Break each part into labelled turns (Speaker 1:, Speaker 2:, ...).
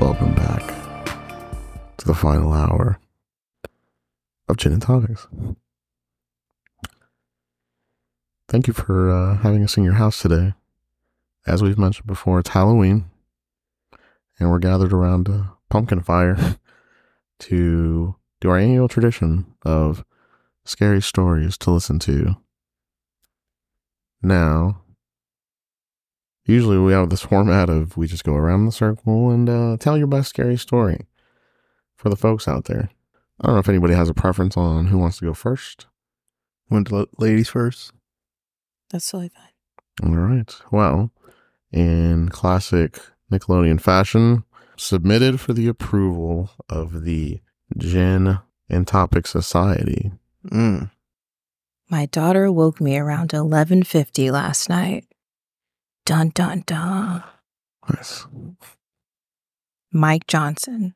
Speaker 1: Welcome back to the final hour of Gin and Tonics. Thank you for uh, having us in your house today. As we've mentioned before, it's Halloween, and we're gathered around a pumpkin fire to do our annual tradition of scary stories to listen to. Now, usually we have this format of we just go around the circle and uh, tell your best scary story for the folks out there. I don't know if anybody has a preference on who wants to go first.
Speaker 2: Went to la- ladies first.
Speaker 3: That's totally fine.
Speaker 1: All right. Well, in classic Nickelodeon fashion, submitted for the approval of the Gin and Topic Society.
Speaker 2: Mm.
Speaker 3: My daughter woke me around 11:50 last night. Dun dun dun.
Speaker 1: Nice.
Speaker 3: Mike Johnson.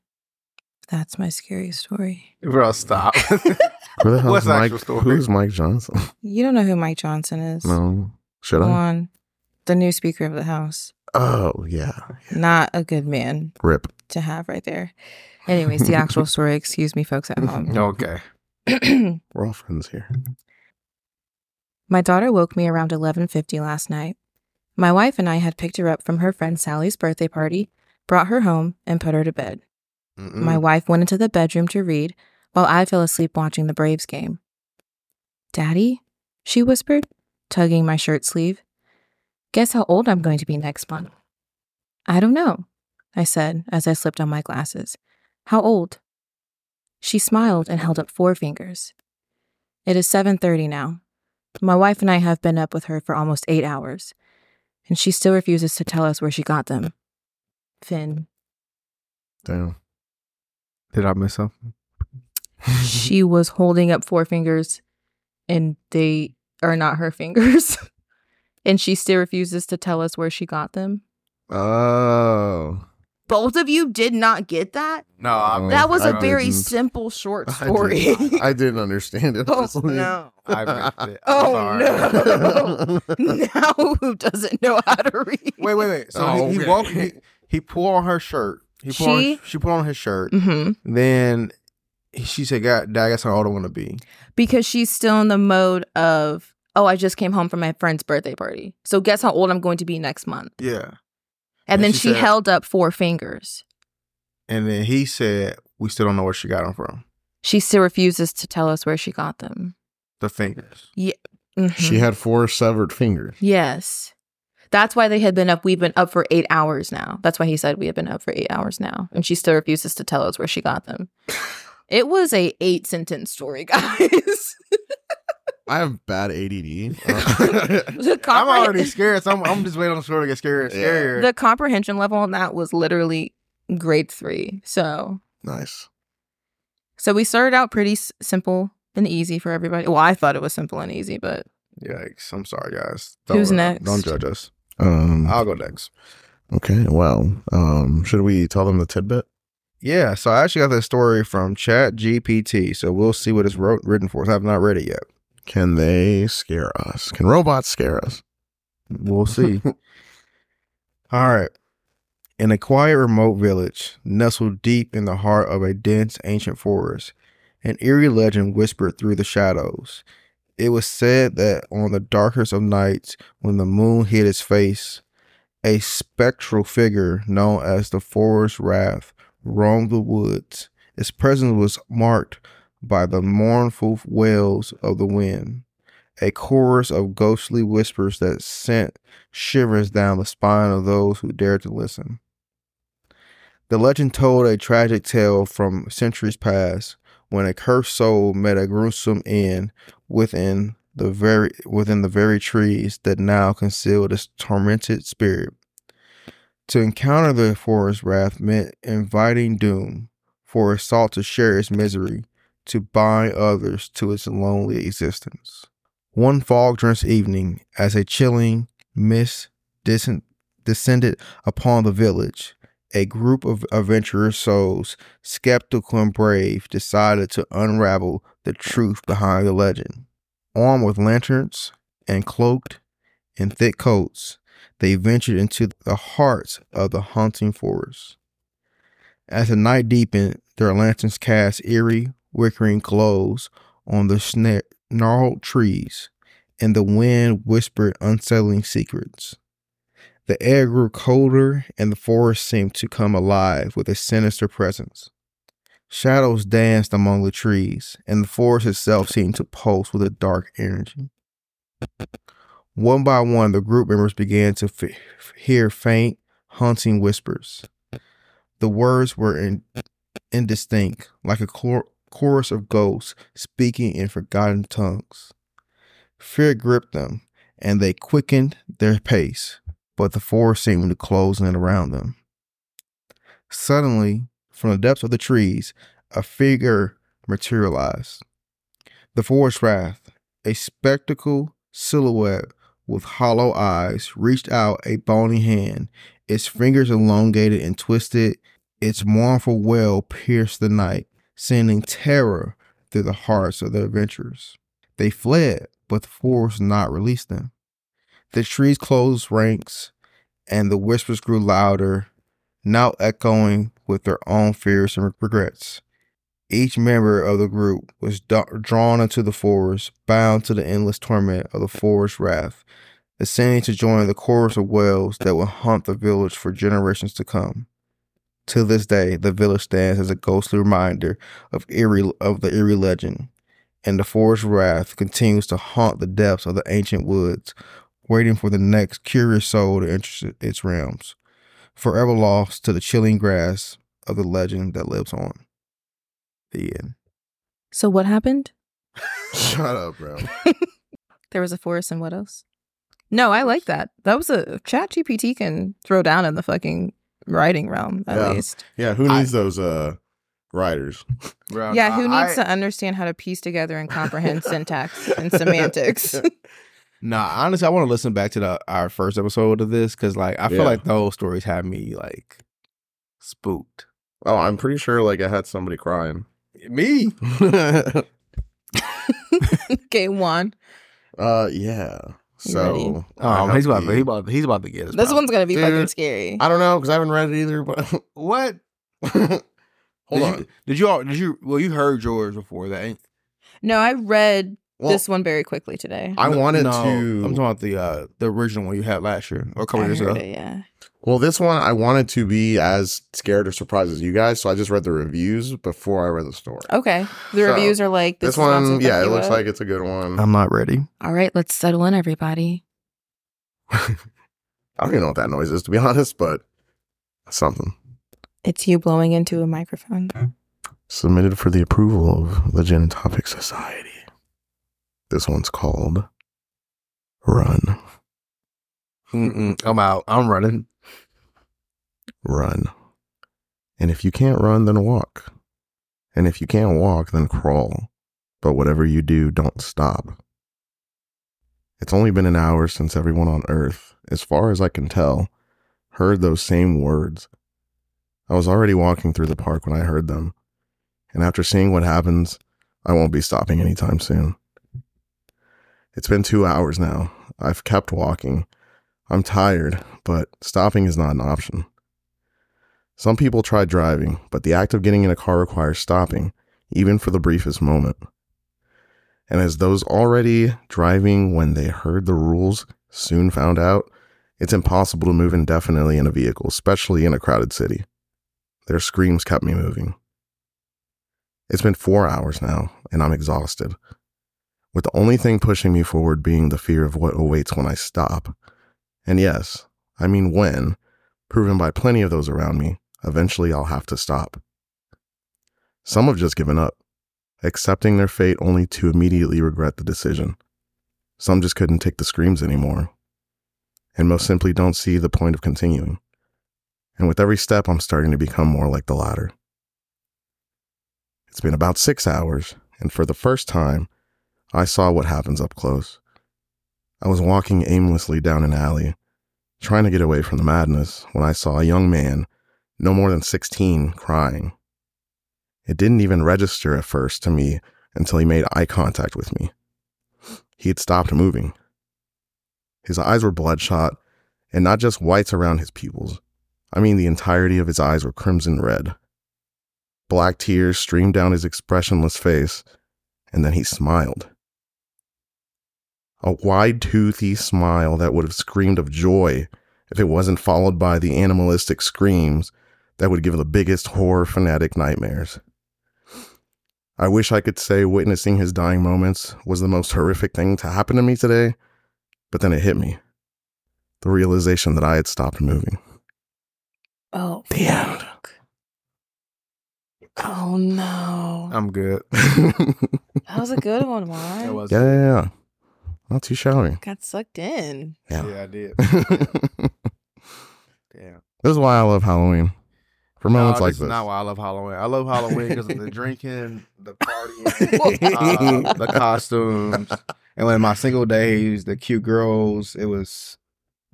Speaker 3: That's my scary story.
Speaker 2: Bro, stop.
Speaker 1: Who the hell
Speaker 2: What's
Speaker 1: is
Speaker 2: the
Speaker 1: Mike?
Speaker 2: actual story?
Speaker 1: Who's Mike Johnson?
Speaker 3: You don't know who Mike Johnson is.
Speaker 1: No. Should
Speaker 3: Go
Speaker 1: I?
Speaker 3: on. The new speaker of the house.
Speaker 1: Oh yeah.
Speaker 3: Not a good man
Speaker 1: Rip.
Speaker 3: to have right there. Anyways, the actual story, excuse me folks at home.
Speaker 2: okay.
Speaker 1: We're all friends here.
Speaker 3: My daughter woke me around 11:50 last night. My wife and I had picked her up from her friend Sally's birthday party, brought her home, and put her to bed. My
Speaker 2: Mm-mm.
Speaker 3: wife went into the bedroom to read while I fell asleep watching the Braves game. Daddy, she whispered, tugging my shirt sleeve. Guess how old I'm going to be next month? I don't know, I said as I slipped on my glasses. How old? She smiled and held up four fingers. It is 7:30 now. My wife and I have been up with her for almost 8 hours, and she still refuses to tell us where she got them. Finn,
Speaker 1: Damn.
Speaker 2: Did I miss something?
Speaker 3: she was holding up four fingers and they are not her fingers. and she still refuses to tell us where she got them.
Speaker 1: Oh.
Speaker 3: Both of you did not get that?
Speaker 2: No,
Speaker 1: I-
Speaker 3: That was a
Speaker 1: I
Speaker 3: very
Speaker 1: didn't.
Speaker 3: simple short
Speaker 1: I
Speaker 3: story.
Speaker 1: did not- I didn't understand it.
Speaker 3: oh
Speaker 1: honestly.
Speaker 3: no.
Speaker 2: I missed it.
Speaker 3: Oh,
Speaker 2: sorry.
Speaker 3: no. Now who doesn't know how to read?
Speaker 2: wait, wait, wait. So
Speaker 1: Oh,
Speaker 2: he, he
Speaker 1: okay.
Speaker 2: woke. He, he pulled on her shirt. He pulled
Speaker 3: She-
Speaker 2: On, she put on his shirt.
Speaker 3: hmm
Speaker 2: Then she said, "God, Dad, that's how old I want to be."
Speaker 3: Because she's still in the mode of, oh, I just came home from my friend's birthday party. So guess how old I'm going to be next month.
Speaker 2: Yeah.
Speaker 3: And,
Speaker 2: And
Speaker 3: then
Speaker 2: she
Speaker 3: she
Speaker 2: said-
Speaker 3: held up four fingers.
Speaker 2: And then he said, "We still don't know where she got them from.
Speaker 3: She still refuses to tell us where she got them.
Speaker 2: The fingers." Mm-hmm.
Speaker 3: Mhm.
Speaker 1: She had four severed fingers.
Speaker 3: Yes. That's why they had been up. We've been up for eight hours now. That's why he said we have been up for eight hours now. And she still refuses to tell us where she got them. it was a eight sentence story, guys.
Speaker 1: I have bad ADD. Uh,
Speaker 3: the,
Speaker 2: I'm
Speaker 3: compre-
Speaker 2: already scared, so I'm, I'm just waiting on the story to get scarier and
Speaker 1: Yeah.
Speaker 2: scarier.
Speaker 3: the comprehension level on that was literally grade three. So
Speaker 1: nice.
Speaker 3: so we started out pretty s- simple and easy for everybody. Well, I thought it was simple and easy, but
Speaker 2: Yikes! I'm sorry, guys.
Speaker 3: Who's
Speaker 2: uh,
Speaker 3: next?
Speaker 2: Don't judge us.
Speaker 1: Um,
Speaker 2: I'll go next.
Speaker 1: okay. Well, um, should we tell them the tidbit?
Speaker 2: Yeah, so I actually got this story from Chat GPT, so we'll see what it's wrote, written for us. I have not read it yet.
Speaker 1: Can they scare us? Can robots scare us?
Speaker 2: We'll see. All right. In a quiet, remote village, nestled deep in the heart of a dense, ancient forest, an eerie legend whispered through the shadows. It was said that on the darkest of nights, when the moon hid its face, a spectral figure known as the Forest Wrath roamed the woods. Its presence was marked by the mournful wails of the wind, a chorus of ghostly whispers that sent shivers down the spine of those who dared to listen. The legend told a tragic tale from centuries past when a cursed soul met a gruesome end within the very within the very trees that now concealed its tormented spirit. To encounter the forest wrath meant inviting doom, for it sought to share its misery, to bind others to its lonely existence. One fog drenched evening, as a chilling, mist descend- descended upon the village. A group of adventurous souls, skeptical and brave, decided to unravel the truth behind the legend. Armed with lanterns and cloaked in thick coats, they ventured into the heart of the haunting forest. As the night deepened, their lanterns cast eerie, wickering glows on the sna- gnarled trees, and the wind whispered unsettling secrets. The air grew colder, and the forest seemed to come alive with a sinister presence. Shadows danced among the trees, and the forest itself seemed to pulse with a dark energy. One by one, the group members began to f- f- hear faint, haunting whispers. The words were in- indistinct, like a cor- chorus of ghosts speaking in forgotten tongues. Fear gripped them, and they quickened their pace, but the forest seemed to close in around them. Suddenly, from the depths of the trees, a figure materialized. The forest wrath, a spectacle silhouette with hollow eyes, reached out a bony hand, its fingers elongated and twisted, its mournful wail pierced the night, sending terror through the hearts of the adventurers. They fled, but the forest did not release them. The trees closed ranks, and the whispers grew louder, now echoing with their own fears and regrets. Each member of the group was da- drawn into the forest, bound to the endless torment of the forest wrath, descending to join the chorus of wails that will haunt the village for generations to come. To this day, the village stands as a ghostly reminder of eerie of the eerie legend, and the forest wrath continues to haunt the depths of the ancient woods, waiting for the next curious soul to enter its realms, forever lost to the chilling grass of the legend that lives on. The end.
Speaker 3: So what happened?
Speaker 1: Shut up, bro.
Speaker 3: There was a forest and what else? No, I like that. That was a chat GPT can throw down in the fucking writing realm at
Speaker 1: Yeah.
Speaker 3: least.
Speaker 1: Yeah, who
Speaker 2: I-
Speaker 1: needs those uh riders? Uh,
Speaker 3: yeah, who needs to understand how to piece together and comprehend syntax and semantics?
Speaker 2: Nah, honestly, I want to listen back to the our first episode of this because, like, I
Speaker 1: Yeah.
Speaker 2: feel like those stories have me like spooked.
Speaker 1: Oh, I'm pretty sure like I had somebody crying.
Speaker 2: Me,
Speaker 3: okay, Juan.
Speaker 1: Uh yeah.
Speaker 3: You
Speaker 1: So
Speaker 2: oh,
Speaker 1: I
Speaker 2: he's about,
Speaker 1: have
Speaker 2: to,
Speaker 1: the-
Speaker 2: he's about he's about to get us.
Speaker 3: This one's gonna be
Speaker 1: Dude,
Speaker 3: fucking scary.
Speaker 1: I don't know because I haven't read it either. But
Speaker 2: what?
Speaker 1: hold
Speaker 2: did
Speaker 1: on.
Speaker 2: You, did you all? Did you? Well, you heard yours before that. Ain't,
Speaker 3: no, I read
Speaker 1: Well,
Speaker 3: this one very quickly today.
Speaker 1: I wanted
Speaker 2: No,
Speaker 1: to.
Speaker 2: I'm talking about the uh the original one you had last year or a couple
Speaker 3: I
Speaker 2: years ago.
Speaker 3: heard it, yeah.
Speaker 1: well, this one I wanted to be as scared or surprised as you guys, so I just read the reviews before I read the story.
Speaker 3: Okay. The
Speaker 1: So,
Speaker 3: reviews are like
Speaker 1: this
Speaker 3: Oh, is not
Speaker 1: one,
Speaker 3: something
Speaker 1: yeah, it
Speaker 3: you
Speaker 1: looks
Speaker 3: would-
Speaker 1: like it's a good one.
Speaker 2: I'm not ready.
Speaker 3: All right, let's settle in, everybody.
Speaker 1: I don't even know what that noise is to be honest, but something
Speaker 3: It's you blowing into a microphone.
Speaker 1: submitted for the approval of the Gen Topic Society. This one's called Run,
Speaker 2: Mm-mm, I'm out. I'm running.
Speaker 1: Run, and if you can't run, then walk, and if you can't walk, then crawl. But whatever you do, don't stop. It's only been an hour since everyone on Earth, as far as I can tell, heard those same words. I was already walking through the park when I heard them, and after seeing what happens, I won't be stopping anytime soon. It's been two hours now. I've kept walking. I'm tired, but stopping is not an option. Some people try driving, but the act of getting in a car requires stopping, even for the briefest moment. And as those already driving when they heard the rules soon found out, it's impossible to move indefinitely in a vehicle, especially in a crowded city. Their screams kept me moving. It's been four hours now, and I'm exhausted, with the only thing pushing me forward being the fear of what awaits when I stop. And yes, I mean when, proven by plenty of those around me, eventually I'll have to stop. Some have just given up, accepting their fate only to immediately regret the decision. Some just couldn't take the screams anymore, and most simply don't see the point of continuing. And with every step, I'm starting to become more like the latter. It's been about six hours, and for the first time, I saw what happens up close. I was walking aimlessly down an alley, trying to get away from the madness, when I saw a young man, no more than 16, crying. It didn't even register at first to me until he made eye contact with me. He had stopped moving. His eyes were bloodshot, and not just whites around his pupils. I mean, the entirety of his eyes were crimson red, Black tears streamed down his expressionless face, and then he smiled. A wide toothy smile that would have screamed of joy if it wasn't followed by the animalistic screams that would give the biggest horror fanatic nightmares. I wish I could say witnessing his dying moments was the most horrific thing to happen to me today, but then it hit me the realization that I had stopped moving.
Speaker 3: Oh.
Speaker 1: The end.
Speaker 3: Oh no.
Speaker 2: I'm good.
Speaker 3: That was a good one, Juan.
Speaker 1: yeah, yeah, yeah. Not too shouting.
Speaker 3: Got sucked in.
Speaker 1: Yeah.
Speaker 2: I did.
Speaker 1: this
Speaker 2: Damn.
Speaker 1: is why I love Halloween. For moments
Speaker 2: No,
Speaker 1: like
Speaker 2: is
Speaker 1: this.
Speaker 2: not why I love Halloween. I love Halloween because of the drinking, the partying, uh, the costumes, and when my single days, the cute girls. It was,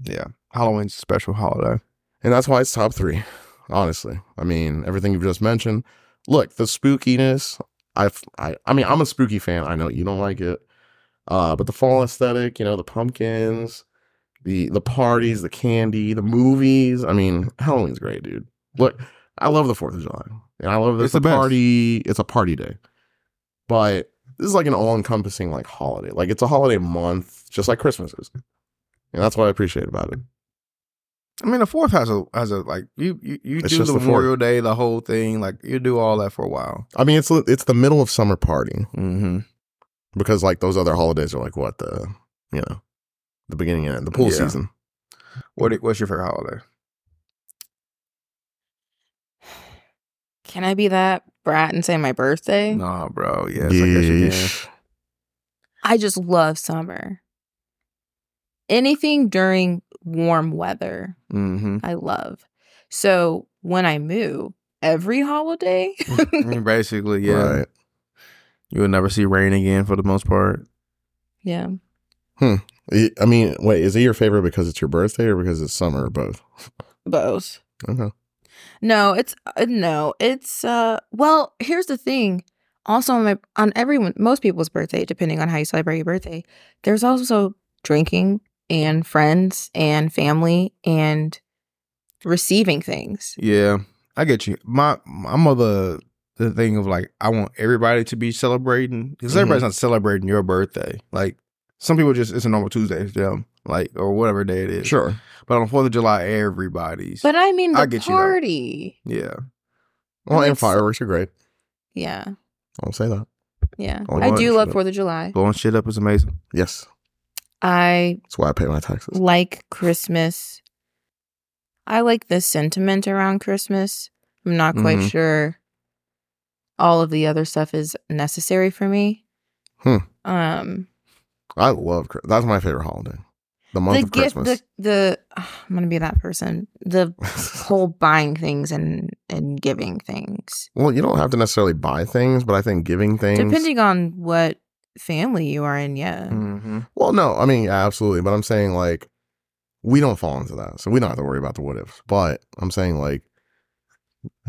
Speaker 2: yeah, Halloween's a special holiday.
Speaker 1: And that's why it's top three, honestly. I mean, everything you've just mentioned. Look, the spookiness. I've, I, I mean, I'm a spooky fan. I know you don't like it, uh, but the fall aesthetic, you know, the pumpkins, the the parties, the candy, the movies. I mean, Halloween's great, dude. Look, I love the Fourth of July, and I love that
Speaker 2: It's
Speaker 1: it's,
Speaker 2: the
Speaker 1: a
Speaker 2: best.
Speaker 1: party. It's a party day, but this is like an all encompassing like holiday. Like it's a holiday month, just like Christmas is, and that's what I appreciate about it.
Speaker 2: I mean, the fourth has a has a like you you, you
Speaker 1: It's
Speaker 2: do the,
Speaker 1: just the fourth.
Speaker 2: Memorial Day, the whole thing. Like you do all that for a while.
Speaker 1: I mean, it's it's the middle of summer party.
Speaker 2: Mm-hmm.
Speaker 1: because like those other holidays are like what the you know the beginning and end, the pool
Speaker 2: Yeah.
Speaker 1: season.
Speaker 2: What what's your favorite holiday?
Speaker 3: Can I be that brat and say my birthday?
Speaker 2: Nah, bro. Yes, I guess you can.
Speaker 1: Yeesh.
Speaker 3: I just love summer. Anything during warm weather,
Speaker 2: Mm-hmm.
Speaker 3: I love. So when I move, every holiday,
Speaker 2: Basically, yeah.
Speaker 1: Right.
Speaker 2: You'll never see rain again for the most part.
Speaker 3: yeah,
Speaker 1: I- I mean, wait, is it your favorite because it's your birthday or because it's summer or both?
Speaker 3: both.
Speaker 1: Okay.
Speaker 3: No, it's uh, no, it's uh. Well, here's the thing. Also, on my on everyone, most people's birthday, depending on how you celebrate your birthday, there's also drinking and friends and family and receiving things.
Speaker 2: Yeah, I get you. My I'm of the the thing of like I want everybody to be celebrating because
Speaker 1: Mhm.
Speaker 2: everybody's not celebrating your birthday. Like some people just it's a normal Tuesday for them, like or whatever day it is.
Speaker 1: Sure.
Speaker 2: But on Fourth of July, everybody's.
Speaker 3: But I mean, the
Speaker 2: I get you, though.
Speaker 3: party.
Speaker 2: yeah,
Speaker 1: Well,
Speaker 3: I mean,
Speaker 1: and fireworks are great.
Speaker 3: Yeah,
Speaker 1: I'll say that.
Speaker 3: yeah.
Speaker 2: Oh,
Speaker 3: I do
Speaker 2: lunch,
Speaker 3: love
Speaker 2: yeah.
Speaker 3: Fourth of July.
Speaker 2: blowing shit up is amazing.
Speaker 1: Yes.
Speaker 3: I
Speaker 1: That's why I pay my taxes.
Speaker 3: like Christmas. I like the sentiment around Christmas. I'm not quite
Speaker 1: Mm-hmm.
Speaker 2: Mhm.
Speaker 3: sure all of the other stuff is necessary for me.
Speaker 1: Hmm.
Speaker 3: Um
Speaker 1: I love Chri- that's my favorite holiday. The month
Speaker 3: the
Speaker 1: of
Speaker 3: gift
Speaker 1: Christmas.
Speaker 3: the the ugh, I'm going to be that person. The whole buying things and and giving things.
Speaker 1: well, you don't have to necessarily buy things, but I think giving things
Speaker 3: Depending on what family you are in, yeah.
Speaker 2: Mm-hmm.
Speaker 1: Well, no, I mean, yeah, absolutely. But I'm saying, like, we don't fall into that. So we don't have to worry about the what ifs. But I'm saying, like,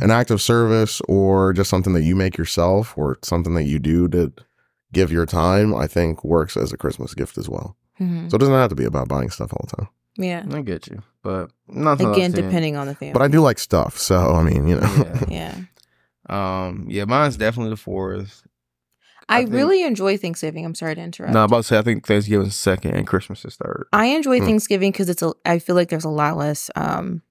Speaker 1: an act of service or just something that you make yourself or something that you do to give your time, I think works as a Christmas gift as well.
Speaker 3: Mhm.
Speaker 1: So it doesn't have to be about buying stuff all the time.
Speaker 3: Yeah.
Speaker 2: I get you, but not
Speaker 3: Again, depending on the family.
Speaker 1: But I do like stuff. So, I mean, you know.
Speaker 2: Yeah.
Speaker 3: yeah.
Speaker 2: Um. Yeah, mine's definitely the fourth.
Speaker 3: I,
Speaker 2: I think-
Speaker 3: really enjoy Thanksgiving. I'm sorry to interrupt.
Speaker 2: No, I'm about to say I think Thanksgiving's second and Christmas is third.
Speaker 3: I enjoy
Speaker 1: Hmm.
Speaker 3: Thanksgiving because it's a. I feel like there's a lot less um,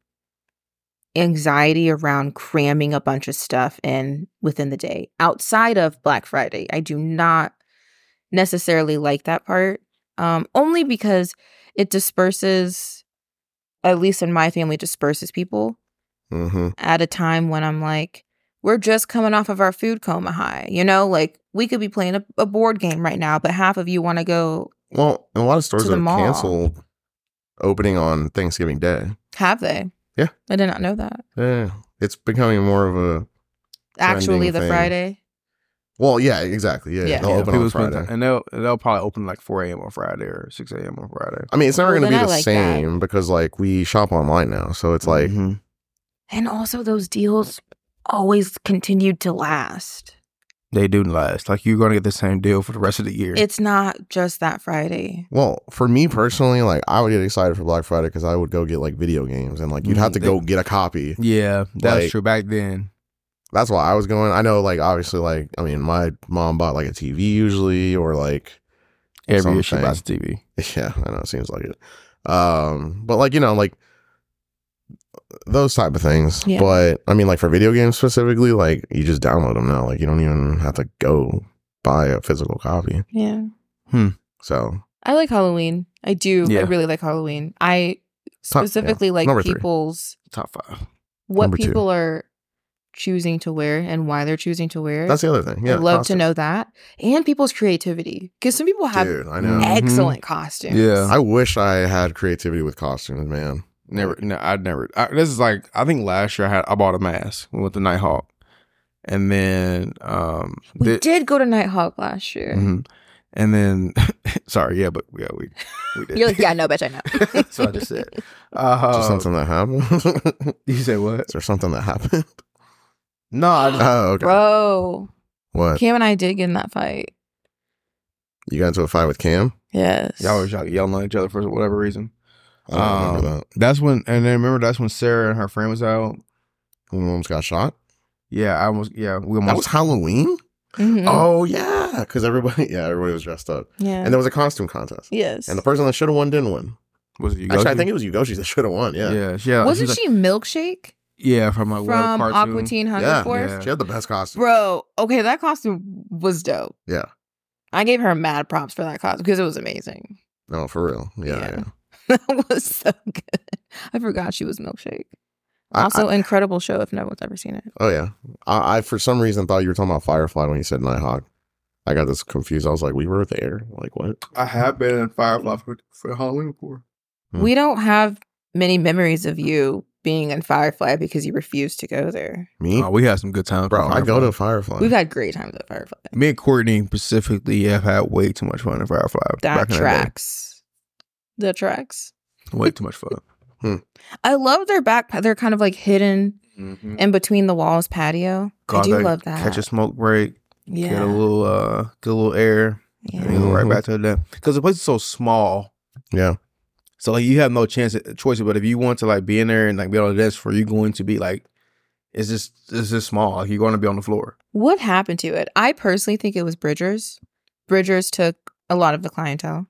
Speaker 3: anxiety around cramming a bunch of stuff in within the day. Outside of Black Friday, I do not necessarily like that part, um, only because it disperses. At least in my family, disperses people
Speaker 1: hmm
Speaker 3: at a time when I'm like, we're just coming off of our food coma high. You know, like we could be playing a, a board game right now, but half of you want to go
Speaker 1: Well, a lot of stores
Speaker 3: To the
Speaker 1: have
Speaker 3: mall.
Speaker 1: canceled opening on Thanksgiving Day.
Speaker 3: Have they?
Speaker 1: Yeah.
Speaker 3: I did not know that.
Speaker 1: Yeah. It's becoming more of a,
Speaker 3: Actually,
Speaker 1: Trending
Speaker 3: the
Speaker 1: thing.
Speaker 3: Friday.
Speaker 1: well, yeah, exactly. Yeah.
Speaker 3: Yeah.
Speaker 1: They'll
Speaker 2: Yeah,
Speaker 1: open on
Speaker 2: people spend
Speaker 1: Friday.
Speaker 2: time- and they'll they'll probably open like 4 a.m. on Friday or 6 a.m. on Friday.
Speaker 1: I mean, it's never
Speaker 3: Well,
Speaker 1: going to
Speaker 3: Oh,
Speaker 1: be
Speaker 3: then I
Speaker 1: the
Speaker 3: like that. Mm-hmm.
Speaker 1: same because like we shop online now, so it's like
Speaker 2: Mhm.
Speaker 3: And also, those deals always continued to last.
Speaker 2: they do last. Like you're gonna get the same deal for the rest of the year.
Speaker 3: It's not just that Friday.
Speaker 1: well, for me personally, like I would get excited for Black Friday because I
Speaker 3: Mm,
Speaker 1: would go get like video games and like you'd have
Speaker 2: Mhm.
Speaker 1: to go get a copy.
Speaker 2: yeah, that's
Speaker 1: Like-
Speaker 2: true. Back then,
Speaker 1: that's why I was going. I know, like obviously, like I mean, my mom bought like a TV usually, or like
Speaker 2: Every year she
Speaker 1: Something.
Speaker 2: buys a TV.
Speaker 1: yeah, I know it seems like it. Um, but like you know, like those type of things.
Speaker 3: Yeah.
Speaker 1: But I mean, like for video games specifically, like you just download them now. Like you don't even have to go buy a physical copy.
Speaker 3: Yeah.
Speaker 1: So
Speaker 3: I like Halloween. I do.
Speaker 2: Yeah.
Speaker 3: I really like Halloween. I
Speaker 1: Top- yeah.
Speaker 3: specifically like
Speaker 1: Number three.
Speaker 3: people's
Speaker 2: Top five.
Speaker 3: what
Speaker 1: Number two.
Speaker 3: people are choosing to wear and why they're choosing to wear.
Speaker 1: that's the other thing. Yeah,
Speaker 3: I'd love to
Speaker 1: costumes.
Speaker 3: know that and people's creativity because some people have
Speaker 1: Dude, I know.
Speaker 2: Mhm.
Speaker 3: excellent costumes.
Speaker 2: Yeah.
Speaker 1: Mm-hmm. I wish I had creativity with costumes, man.
Speaker 2: Never. No, I'd never. I, this is like I think last year I had I bought a mask with the Nighthawk, and then um
Speaker 3: we
Speaker 2: thi-
Speaker 3: did go to Nighthawk last year.
Speaker 1: Mm-hmm.
Speaker 2: mhm. and then sorry yeah but yeah we we did
Speaker 3: You're like, yeah, no, bitch, I know.
Speaker 2: that's what I just said. Uh,
Speaker 1: Is there something that happened?
Speaker 2: you say what?
Speaker 1: Is there something that happened?
Speaker 2: No, I just,
Speaker 1: Oh, okay.
Speaker 3: Bro,
Speaker 1: what?
Speaker 3: Cam and I did get in that fight.
Speaker 1: You got into a fight with Cam?
Speaker 3: Yes.
Speaker 2: y'all was y'all yelling at each other for whatever reason.
Speaker 1: I don't remember
Speaker 2: Um,
Speaker 1: that.
Speaker 2: That's when and then remember that's when Sarah and her friend was out.
Speaker 1: When Mom's got shot?
Speaker 2: Yeah, I almost yeah we
Speaker 1: That
Speaker 2: almost
Speaker 1: was Halloween?
Speaker 3: Mhm.
Speaker 1: Oh yeah, because everybody, yeah, everybody was dressed up,
Speaker 3: yeah.
Speaker 1: and there was a costume contest,
Speaker 3: yes.
Speaker 1: and the person that should have won didn't win.
Speaker 2: was it
Speaker 1: Actually, I
Speaker 2: Yugoshi?
Speaker 1: think it was Yugoshi that should have won. Yeah.
Speaker 2: yeah yeah
Speaker 3: Wasn't
Speaker 2: was
Speaker 3: she milkshake
Speaker 2: like- yeah from my
Speaker 3: from Aqua
Speaker 2: cartoon.
Speaker 3: Teen Hunger
Speaker 1: Yeah,
Speaker 3: Force?
Speaker 2: yeah.
Speaker 1: she had the best costume.
Speaker 3: Bro, okay, that costume was dope.
Speaker 1: Yeah.
Speaker 3: I gave her mad props for that costume because it was amazing.
Speaker 1: No, for real. Yeah,
Speaker 3: Yeah.
Speaker 1: yeah.
Speaker 3: that was so good. I forgot she was Milkshake.
Speaker 1: I-
Speaker 3: Also, incredible show if no one's ever seen it.
Speaker 1: Oh yeah. I, I for some reason thought you were talking about Firefly when you said Nighthawk. I got this confused. I was like, we were there. Like what?
Speaker 2: I have been in Firefly for, for Halloween before.
Speaker 1: Hmm.
Speaker 3: We don't have many memories of you being in Firefly because you refused to go there.
Speaker 1: Me,
Speaker 2: Oh, we had some good times,
Speaker 1: bro.
Speaker 2: at
Speaker 1: I go to
Speaker 2: Firefly.
Speaker 1: Firefly.
Speaker 3: We've had great times at Firefly.
Speaker 2: me and Courtney specifically have had way too much fun in Firefly.
Speaker 3: That
Speaker 2: back in the day.
Speaker 3: tracks. That tracks.
Speaker 2: way too much fun.
Speaker 3: I love their back. They're kind of like hidden in between the walls patio. I
Speaker 2: God,
Speaker 3: do
Speaker 2: like,
Speaker 3: love that.
Speaker 2: Catch a smoke break,
Speaker 3: yeah.
Speaker 2: get a little, uh, get a little air,
Speaker 3: yeah.
Speaker 2: and you go right
Speaker 1: Mhm.
Speaker 2: back to that. Because the place is so small,
Speaker 1: yeah,
Speaker 2: so like you have no chance at choice. But if you want to like be in there and like be on the desk for, you going to be like, it's just it's just small. Like you're going to be on the floor.
Speaker 3: What happened to it? I personally think it was Bridgers. Bridgers took a lot of the clientele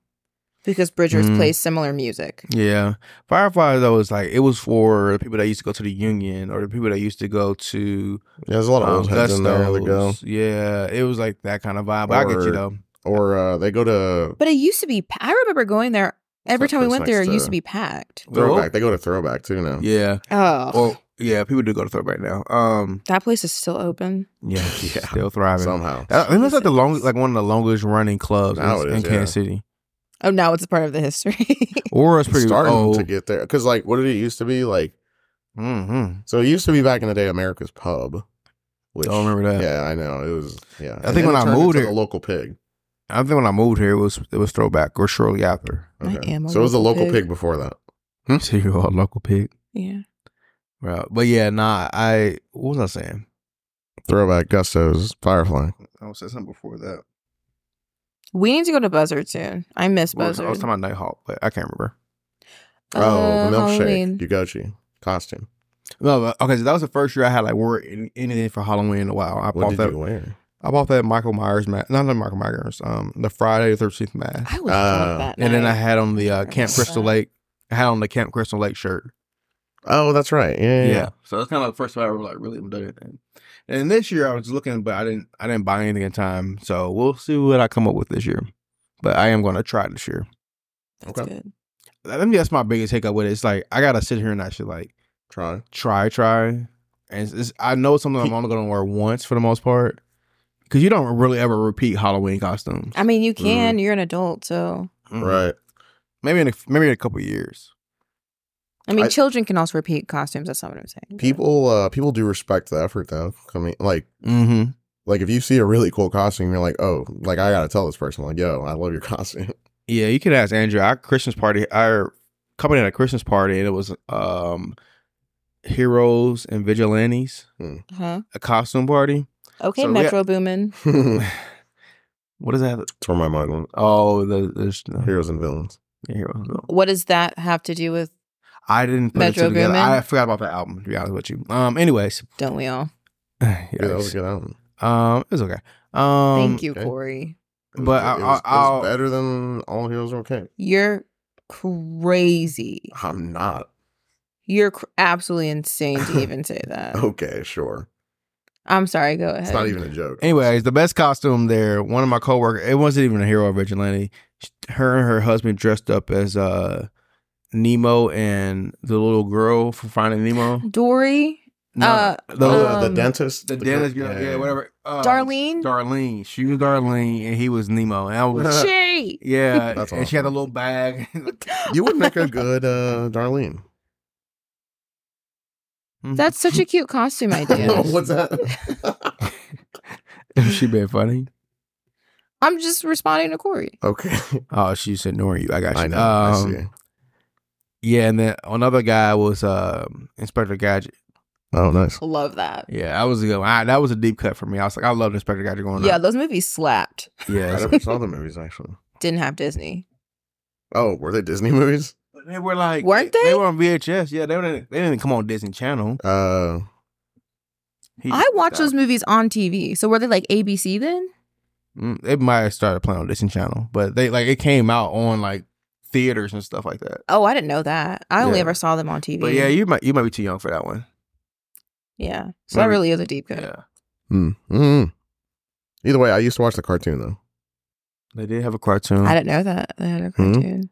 Speaker 3: because Bridgers
Speaker 2: Mm.
Speaker 3: plays similar music.
Speaker 2: Yeah, Firefly though is like it was for the people that used to go to the Union or the people that used to go to
Speaker 1: yeah. There's a lot of old
Speaker 2: um,
Speaker 1: heads in there that go,
Speaker 2: Gusto's. Yeah, it was like that kind of vibe. But I get you
Speaker 1: Or-
Speaker 2: though.
Speaker 1: or uh, they go to
Speaker 3: But it used to be, pa- I remember going there every
Speaker 1: It's
Speaker 3: time we
Speaker 1: next-
Speaker 3: went there, it
Speaker 1: next
Speaker 3: used
Speaker 1: to-
Speaker 3: to be packed.
Speaker 1: throwback. They go to throwback too now.
Speaker 2: Yeah.
Speaker 3: Oh,
Speaker 2: Well, yeah, people do go to throwback now. Um,
Speaker 3: that place is still open.
Speaker 2: yeah,
Speaker 1: Yeah.
Speaker 2: still thriving.
Speaker 1: Somehow,
Speaker 2: I think that's like the
Speaker 3: Jesus.
Speaker 2: long, like one of the longest running clubs
Speaker 1: Now
Speaker 2: in,
Speaker 1: it is,
Speaker 2: in
Speaker 1: yeah.
Speaker 2: Kansas City.
Speaker 3: Oh, now it's a part of the history.
Speaker 2: Or it's
Speaker 1: it's
Speaker 2: pretty
Speaker 1: starting
Speaker 2: old.
Speaker 1: to get there. Because like, what did it used to be like?
Speaker 2: mm-hmm.
Speaker 1: So it used to be back in the day, America's Pub. Which,
Speaker 2: Don't remember that.
Speaker 1: Yeah, I know. It was. Yeah,
Speaker 2: I think
Speaker 1: then
Speaker 2: when
Speaker 1: it
Speaker 2: I
Speaker 1: turned
Speaker 2: moved
Speaker 1: into
Speaker 2: here-
Speaker 1: the local pig.
Speaker 2: I think when I moved here, it was it was throwback or shortly after.
Speaker 3: I am a
Speaker 1: so it was the
Speaker 3: local
Speaker 1: local
Speaker 3: pig.
Speaker 1: pig. before that. Hmm.
Speaker 2: So you're all uh, local pig,
Speaker 3: yeah.
Speaker 2: bro. But yeah, nah. I what was I saying?
Speaker 1: Throwback Gusto's Firefly.
Speaker 2: I was saying something before that.
Speaker 3: We need to go to Buzzard soon. I miss
Speaker 2: Well, I was
Speaker 3: Buzzard.
Speaker 2: talking about Nighthawk, but I can't remember.
Speaker 1: Oh, the
Speaker 3: Uh,
Speaker 1: milkshake
Speaker 3: Halloween.
Speaker 1: Yugochi costume.
Speaker 2: No, but, okay, so that was the first year I had like wore an- anything for Halloween in a while. I
Speaker 1: What
Speaker 2: bought
Speaker 1: did
Speaker 2: that.
Speaker 1: you wear?
Speaker 2: I bought that Michael Myers mask. Not the Michael Myers. Um, the Friday the Thirteenth mask.
Speaker 3: I was drunk
Speaker 1: Uh,
Speaker 3: that
Speaker 2: And then I
Speaker 3: night.
Speaker 2: had on the uh,
Speaker 3: remember
Speaker 2: Camp Crystal
Speaker 3: that.
Speaker 2: Lake. I had on the Camp Crystal Lake shirt.
Speaker 1: Oh, that's right. Yeah, yeah, yeah.
Speaker 2: So that's kind of the first time I ever like really done anything. And this year I was looking, but I didn't. I didn't buy anything in time. So we'll see what I come up with this year. But I am going to try this year.
Speaker 3: That's
Speaker 1: Okay.
Speaker 3: good.
Speaker 2: I think that's my biggest hiccup with it. It's like I gotta sit here and actually like
Speaker 1: Try.
Speaker 2: try, try. And it's, it's, I know it's something I'm only gonna wear once for the most part, because you don't really ever repeat Halloween costumes.
Speaker 3: I mean, you
Speaker 1: Mm-hmm.
Speaker 3: can. You're an adult, so
Speaker 2: Mm-hmm.
Speaker 1: Right.
Speaker 2: Maybe in a, maybe in a couple years.
Speaker 3: I mean,
Speaker 1: I-
Speaker 3: children can also repeat costumes. That's not what I'm saying.
Speaker 1: People, uh, people do respect the effort though. Coming like,
Speaker 2: Mm-hmm.
Speaker 1: like if you see a really cool costume, you're like, oh, like I gotta tell this person, like, yo, I love your costume.
Speaker 2: Yeah, you could ask Andrew. Our Christmas party, our company had a Christmas party, and it was um heroes and vigilantes,
Speaker 3: Huh?
Speaker 2: a costume party.
Speaker 3: Okay,
Speaker 2: So we-
Speaker 3: Metro Boomin.
Speaker 1: That's
Speaker 2: What is that?
Speaker 1: where my mind went.
Speaker 2: Oh, the, there's no
Speaker 1: Heroes and villains.
Speaker 2: heroes. No.
Speaker 3: What does that have to do with?
Speaker 2: I didn't put it
Speaker 3: Metro
Speaker 2: together.
Speaker 3: Boomin?
Speaker 2: I forgot about that album. To be honest with you. Um. Anyways,
Speaker 3: Don't we all?
Speaker 1: Yeah, that was a
Speaker 2: Yikes.
Speaker 1: good album.
Speaker 2: Um, it's okay. Um,
Speaker 3: Thank you,
Speaker 1: okay.
Speaker 3: Corey.
Speaker 1: It was-
Speaker 2: But I-
Speaker 1: it was, it was
Speaker 2: I'll-
Speaker 1: better than All Heroes Okay.
Speaker 3: You're crazy.
Speaker 1: I'm not.
Speaker 3: You're cr- absolutely insane to even say that.
Speaker 1: Okay, sure.
Speaker 3: I'm sorry. Go ahead.
Speaker 1: Oh. It's not even a joke.
Speaker 2: Anyways, the best costume there. One of my coworkers. It wasn't even a hero or vigilante. Sh- Her and her husband dressed up as uh Nemo and the little girl from Finding Nemo.
Speaker 3: Dory,
Speaker 2: No,
Speaker 3: Uh,
Speaker 2: the,
Speaker 1: the, Oh, the
Speaker 3: um,
Speaker 1: dentist.
Speaker 2: the
Speaker 1: gr-
Speaker 2: dentist. Yeah, yeah, whatever. Uh,
Speaker 1: Um,
Speaker 3: Darlene,
Speaker 2: Darlene. She was Darlene, and he was Nemo. And I was.
Speaker 3: Shay.
Speaker 2: Yeah,
Speaker 1: That's
Speaker 2: and she had a
Speaker 1: awesome.
Speaker 2: little bag.
Speaker 1: You would make a good uh, Darlene.
Speaker 3: That's such a cute costume idea.
Speaker 1: What's that?
Speaker 2: she been funny.
Speaker 3: I'm just responding to Corey.
Speaker 1: okay.
Speaker 2: Oh, she's ignoring you. I got you.
Speaker 1: I know.
Speaker 2: Um,
Speaker 1: I see.
Speaker 2: Yeah, and then another guy was uh, Inspector Gadget.
Speaker 1: Oh, nice.
Speaker 3: Love that.
Speaker 2: Yeah, that was a good one. I, that was a deep cut for me. I was like, I loved Inspector Gadget going
Speaker 3: Yeah,
Speaker 2: up.
Speaker 3: those movies slapped.
Speaker 1: I
Speaker 2: Yeah, so-
Speaker 1: never saw the movies actually.
Speaker 3: Didn't have Disney.
Speaker 1: Oh, were they Disney movies?
Speaker 2: But they were like,
Speaker 3: Weren't they?
Speaker 2: were on VHS. Yeah, they were. They didn't come on Disney Channel.
Speaker 1: Uh,
Speaker 2: He
Speaker 3: I
Speaker 2: just
Speaker 3: watched
Speaker 2: put
Speaker 3: those
Speaker 2: that-
Speaker 3: movies on TV. So were they like ABC then?
Speaker 2: Mm, They might have started playing on Disney Channel, but they like it came out on like theaters and stuff like that.
Speaker 3: Oh, I didn't know that. I only
Speaker 2: Yeah.
Speaker 3: ever saw them on TV.
Speaker 2: But yeah, you might you might be too young for that one.
Speaker 3: yeah. So that
Speaker 2: Maybe-
Speaker 3: really is a deep cut.
Speaker 2: Yeah,
Speaker 1: mm, mm. Either way, I used to watch the cartoon though.
Speaker 2: they did have a cartoon.
Speaker 3: I didn't know that they had a
Speaker 1: Hmm?
Speaker 3: cartoon.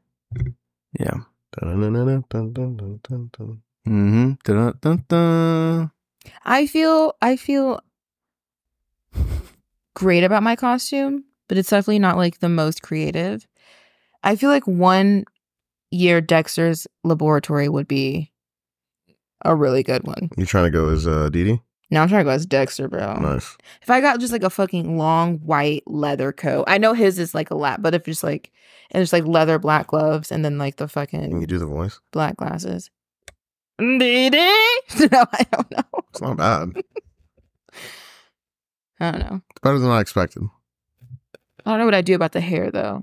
Speaker 2: yeah.
Speaker 1: Dun-dun-dun-dun-dun-dun-dun.
Speaker 2: Mm-hmm. Dun, dun, dun.
Speaker 3: I feel I feel great about my costume, but it's definitely not like the most creative. I feel like one year Dexter's laboratory would be a really good one.
Speaker 1: You trying to go as uh, Dee Dee?
Speaker 3: Now I'm trying to go as Dexter, bro.
Speaker 1: Nice.
Speaker 3: If I got just like a fucking long white leather coat, I know his is like a lap, but if just like and it's like leather black gloves and then like the
Speaker 1: Can you
Speaker 3: fucking
Speaker 1: do the voice?
Speaker 3: black glasses. Did it? no, I don't know.
Speaker 1: It's not bad.
Speaker 3: I don't know.
Speaker 1: It's better than I expected.
Speaker 3: I don't know what I do about the hair though.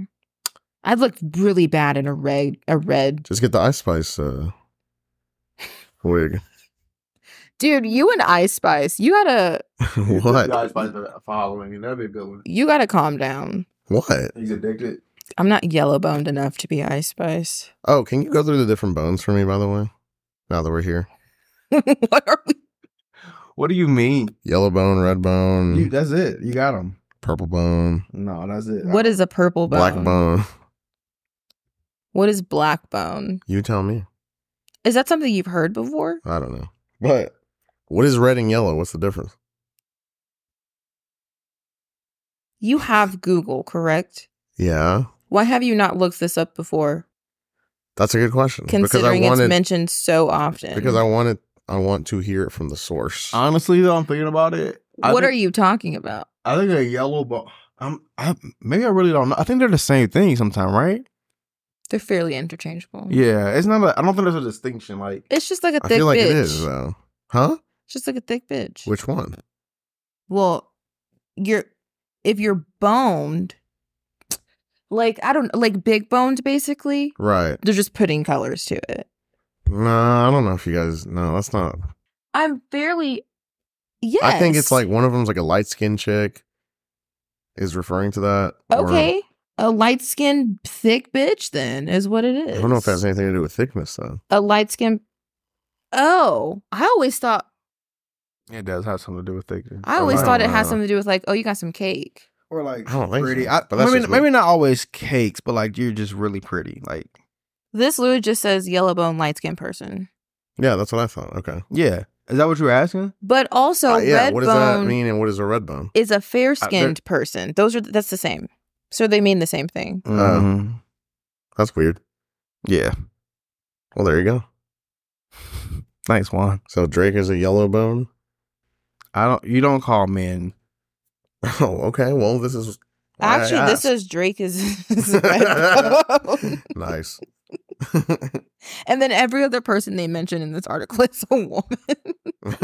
Speaker 3: I'd look really bad in a red a red
Speaker 1: Just get the Ice Spice uh, wig.
Speaker 3: dude. You and Ice Spice, you gotta
Speaker 1: what?
Speaker 2: following you. That'd be a good one.
Speaker 3: you gotta calm down.
Speaker 1: What?
Speaker 2: He's addicted.
Speaker 3: I'm not yellow boned enough to be Ice Spice.
Speaker 1: Oh, can you go through the different bones for me, by the way? Now that we're here,
Speaker 3: what are we?
Speaker 2: What do you mean?
Speaker 1: yellow bone, red bone,
Speaker 2: You, that's it. You got him.
Speaker 1: purple bone,
Speaker 2: No, that's it.
Speaker 3: What is a purple bone?
Speaker 1: black bone.
Speaker 3: What is black bone?
Speaker 1: You tell me.
Speaker 3: Is that something you've heard before?
Speaker 1: I don't know. But what is red and yellow? What's the difference?
Speaker 3: You have Google, correct?
Speaker 1: Yeah,
Speaker 3: Why have you not looked this up before?
Speaker 1: that's a good question.
Speaker 3: Considering
Speaker 1: because I
Speaker 3: it's
Speaker 1: wanted
Speaker 3: mentioned so often.
Speaker 1: because I wanted I want to hear it from the source.
Speaker 2: Honestly, though, I'm thinking about it. I
Speaker 3: what
Speaker 2: think,
Speaker 3: are you talking about?
Speaker 2: I think they're yellow, but I'm. I maybe I really don't know. I think they're the same thing sometimes, right?
Speaker 3: They're fairly interchangeable.
Speaker 2: Yeah, it's not. A, I don't think there's a distinction. Like
Speaker 3: It's just like a
Speaker 1: I
Speaker 3: thick
Speaker 1: feel like
Speaker 3: bitch.
Speaker 1: it is though. Huh?
Speaker 3: It's just like a thick bitch.
Speaker 1: Which one?
Speaker 3: well, you're if you're boned, like I don't like big boned basically.
Speaker 1: Right.
Speaker 3: They're just putting colors to it.
Speaker 1: No, I don't know if you guys. No, that's not.
Speaker 3: I'm fairly Yes.
Speaker 1: I think it's like one of them's like a light skinned chick is referring to that. or-
Speaker 3: Okay. A light skinned thick bitch then is what it
Speaker 1: I
Speaker 3: is.
Speaker 1: don't know if that has anything to do with thickness though.
Speaker 3: a light skin. Oh, I always thought
Speaker 2: it does have something to do with thickness.
Speaker 3: I always
Speaker 1: Oh, I
Speaker 3: thought it
Speaker 1: don't
Speaker 3: had
Speaker 1: know.
Speaker 3: something to do with like, oh, you got some cake.
Speaker 2: or like
Speaker 1: I don't think
Speaker 2: pretty.
Speaker 1: so.
Speaker 2: I,
Speaker 1: But that's
Speaker 2: maybe
Speaker 1: just me.
Speaker 2: maybe not always cakes, but like you're just really pretty. Like
Speaker 3: This literally just says yellow bone light skinned person,
Speaker 1: Yeah, that's what I thought. Okay.
Speaker 2: yeah, is that what you were asking?
Speaker 3: but also
Speaker 1: Uh, yeah.
Speaker 3: red
Speaker 1: What does
Speaker 3: bone
Speaker 1: that mean? Uh, And what is a red bone?
Speaker 3: is a fair skinned person. Those are that's the same. So they mean the same thing.
Speaker 1: Mm,
Speaker 2: Mhm.
Speaker 1: That's weird.
Speaker 2: yeah.
Speaker 1: Well, there you go.
Speaker 2: Thanks, Juan.
Speaker 1: So Drake is a yellow bone.
Speaker 2: I don't. You don't call men
Speaker 1: Oh, okay. Well, this is why I
Speaker 3: Actually, this
Speaker 1: asked.
Speaker 3: says Drake is, is a red bone.
Speaker 1: nice.
Speaker 3: and then every other person they mention in this article is a woman.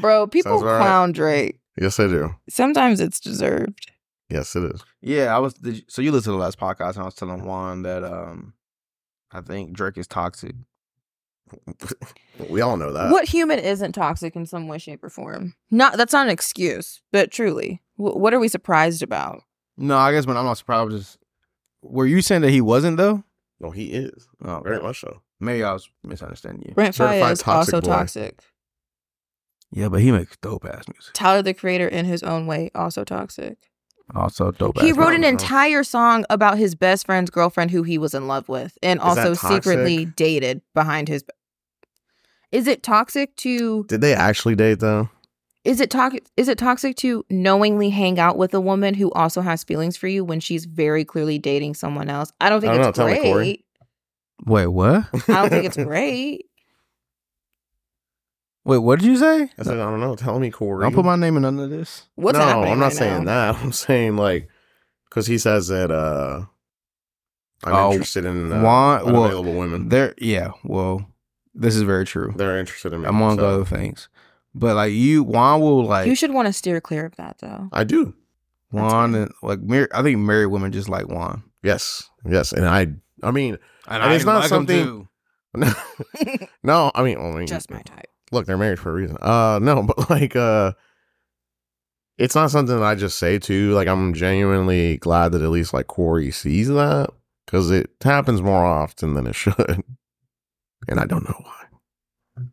Speaker 3: Bro, people
Speaker 1: Sounds all right.
Speaker 3: clown Drake.
Speaker 1: yes, I do.
Speaker 3: Sometimes it's deserved.
Speaker 1: Yes, it is.
Speaker 2: Yeah, I was. Did you, so you listened to the last podcast, and I was telling Juan that um, I think Drake is toxic.
Speaker 1: we all know that.
Speaker 3: what human isn't toxic in some way, shape, or form? Not that's not an excuse, but truly, wh- what are we surprised about?
Speaker 2: No, I guess when I'm not surprised, I was just were you saying that he wasn't though?
Speaker 1: No, he is
Speaker 2: Oh,
Speaker 1: very much so.
Speaker 2: Maybe I was misunderstanding you.
Speaker 3: Brent Fire
Speaker 1: Certified
Speaker 3: is
Speaker 1: toxic
Speaker 3: also
Speaker 1: boy.
Speaker 3: toxic.
Speaker 2: Yeah, but he makes dope ass music.
Speaker 3: Tyler the Creator, in his own way, also toxic.
Speaker 2: Also dope.
Speaker 3: he
Speaker 2: ass
Speaker 3: wrote
Speaker 2: music.
Speaker 3: an
Speaker 1: bro.
Speaker 3: entire song about his best friend's girlfriend who he was in love with and
Speaker 1: Is that
Speaker 3: also secretly
Speaker 1: toxic?
Speaker 3: dated behind his Is it toxic to
Speaker 1: Did they actually date though?
Speaker 3: is it toxic is it toxic to knowingly hang out with a woman who also has feelings for you when she's very clearly dating someone else? I don't think
Speaker 1: I don't
Speaker 3: it's
Speaker 1: know. Tell me,
Speaker 3: great.
Speaker 1: Corey.
Speaker 2: Wait, what?
Speaker 3: I don't think it's great.
Speaker 2: Wait, what did you say?
Speaker 1: I said, I don't know. Tell me, Corey.
Speaker 2: Don't put my name in none of this.
Speaker 3: What's
Speaker 1: no,
Speaker 3: happening?
Speaker 1: I'm not
Speaker 3: right
Speaker 1: saying
Speaker 3: now?
Speaker 1: that. I'm saying like because he says that uh I'm
Speaker 2: Oh,
Speaker 1: interested in uh,
Speaker 2: Juan- well,
Speaker 1: unavailable women. They're,
Speaker 2: There, yeah. Well, this is very true.
Speaker 1: interested in me.
Speaker 2: Among
Speaker 1: so-
Speaker 2: other things, but like you, Juan will like
Speaker 3: You should want to steer clear of that though.
Speaker 1: I do.
Speaker 2: Juan
Speaker 3: That's
Speaker 2: and like mar- I think married women just like Juan,
Speaker 1: Yes, yes, and I. I mean,
Speaker 2: and,
Speaker 1: I
Speaker 2: it's
Speaker 1: like
Speaker 2: not
Speaker 1: 'em
Speaker 2: something.
Speaker 1: too. no, I mean, well, I mean,
Speaker 3: Just my type.
Speaker 1: look, they're married for a reason. Uh, no, but like, uh, it's not something that I just say to. Like, I'm genuinely glad that at least like Corey sees that because it happens more often than it should, and I don't know why.